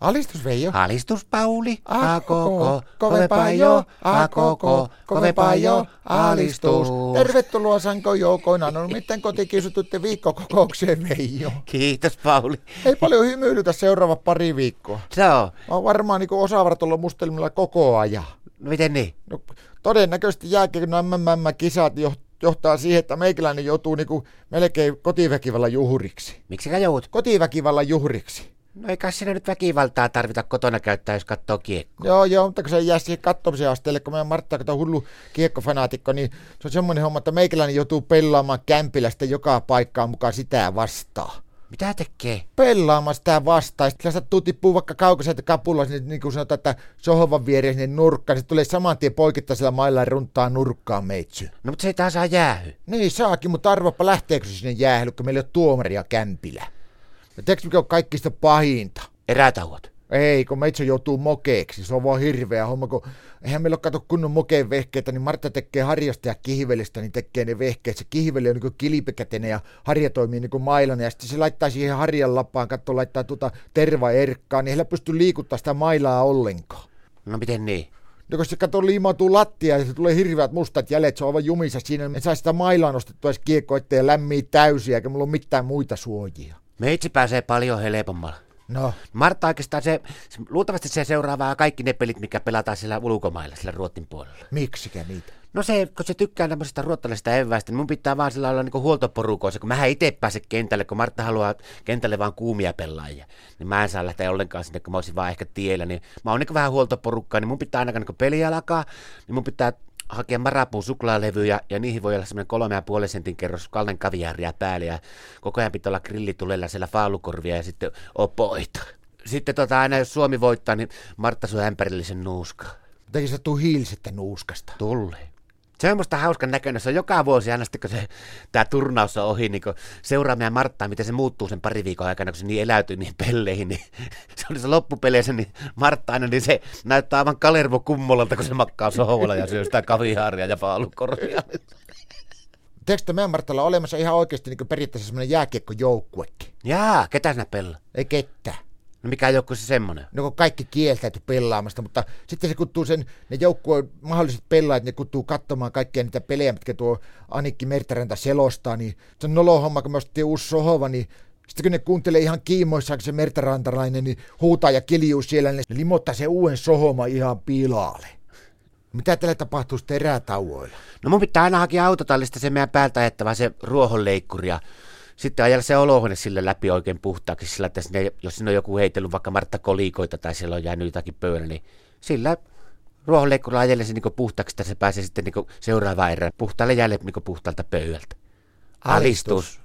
Alistus Veijo. Alistus Pauli, A a koko, koko, kovempaa jo, a koko, kovempaa jo, alistus. Tervetuloa Sanko joukoina. No miten kotikiusututte viikkokokoukseen Veijo? Kiitos Pauli. Ei paljon hymyilytä seuraava pari viikkoa. So, Mä oon varmaan niin osaavat olla mustelmilla koko ajan. no miten niin? No, todennäköisesti jääkiekon MM-kisat jo- johtaa siihen, että meikäläinen joutuu niin melkein kotiväkivallan juhuriksi. Miksikä joudut? Kotiväkivallan juhuriksi. No ei kai sinä nyt väkivaltaa tarvita kotona käyttää, jos katsoo kiekko. Joo, joo, mutta kun se ei jää siihen kattomisen asteelle, kun meidän Martta, kun tää on hullu kiekkofanaatikko, niin se on semmoinen homma, että meikäläinen joutuu pelaamaan kämpillä sitten joka paikkaan mukaan sitä vastaan. Mitä tekee? Pelaamaan sitä vastaan. Sitten sattuu tippuu vaikka kaukaiselta kapulla, niin, niin kuin sanotaan, että sohvan viereen sinne nurkkaan, niin se tulee saman tien poikittaisella mailla runtaa nurkkaan meitsy. No mutta se ei taas saa jäähy. Niin saakin, mutta arvoppa lähteekö se sinne jäähdylle, kun meillä ei ole tuomaria kämpillä. Ja tiedätkö, mikä on kaikista pahinta? Erätauot. Ei, kun meitsä joutuu mokeeksi. Se on vaan hirveä homma, kun eihän meillä ole kato kunnon mokeen vehkeitä, niin Martta tekee harjastaja kihvelistä, niin tekee ne vehkeet. Se kihveli on niin kilpikätinen ja harja toimii niin mailana. Ja sitten se laittaa siihen harjan lapaan, katso laittaa tuota tervaerkkaa, niin heillä pystyy liikuttaa sitä mailaa ollenkaan. No miten niin? No kun se kato liimautuu lattia ja se tulee hirveät mustat jäljet, se on aivan jumissa siinä. En saa sitä mailaa nostettua edes kiekko eteen ja lämmii täysiä, eikä mulla ole mitään muita suojia. Meitsi pääsee paljon helpommalla. No, Martta oikeastaan se, se luultavasti se seuraavaa kaikki ne pelit, mikä pelataan siellä ulkomailla, siellä Ruotin puolella. miksikä niitä? No se, kun se tykkää tämmöisestä ruottalaisesta eväistä, niin mun pitää vaan sillä olla niinku huoltoporukoissa, kun mä itse pääse kentälle, kun Martta haluaa kentälle vaan kuumia pelaajia. Niin mä en saa lähteä ollenkaan sinne, kun mä olisin vaan ehkä tiellä. Niin mä oon niinku vähän huoltoporukkaa, niin mun pitää ainakaan kun peli alkaa, niin mun pitää hakea marapuun suklaalevyjä ja niihin voi olla semmoinen kolme ja puolen sentin kerros kallen kaviaaria päälle ja koko ajan pitää olla grillitulella siellä faalukorvia ja sitten opoita. Sitten tota, aina jos Suomi voittaa, niin Martta syö ämpärillisen nuuskaa. Tekin se tuu hiilisettä nuuskasta. Tulee. Se on musta hauskan näköinen. Se on joka vuosi aina sitten, kun se, tämä turnaus on ohi, niin kun seuraamme ja Marttaa, miten se muuttuu sen pari viikon aikana, kun se niin eläytyy niihin pelleihin. Niin se oli se loppupeleissä, niin Martta aina, niin se näyttää aivan Kalervo kummolalta, kun se makkaa sohvalla ja syö sitä kaviaaria ja paalukorvia. Tiedätkö, että meidän Martalla on olemassa ihan oikeasti niin periaatteessa semmoinen jääkiekkojoukkuekin? Jaa, ketä sinä pelaa? Ei kettä. No mikä joku se semmonen? No kun kaikki kieltäytyi pelaamasta, mutta sitten se kuttuu sen, ne joukkueen mahdolliset pelaajat, ne kuttuu katsomaan kaikkia niitä pelejä, mitkä tuo Anikki Mertaranta selostaa, niin se on nolo homma, kun me ostettiin uusi sohova, niin sitten kun ne kuuntelee ihan kiimoissaan, kun se mertarantalainen niin huutaa ja kiljuu siellä, niin ne limottaa se uuden sohoma ihan pilaalle. Mitä tällä tapahtuu sitten erätauoilla? No mun pitää aina hakea autotallista se meidän päältä ajettava se ruohonleikkuri ja sitten ajella se olohuone sille läpi oikein puhtaaksi sillä, että sinne, jos sinne on joku heitellyt vaikka Martta kolikoita tai siellä on jäänyt jotakin pöydällä, niin sillä ruohonleikkurilla ajelle se niinku niin puhtaaksi, että se pääsee sitten niin seuraavaan erään puhtaalle jäljelle niin puhtaalta pöydältä. niinku Alistus.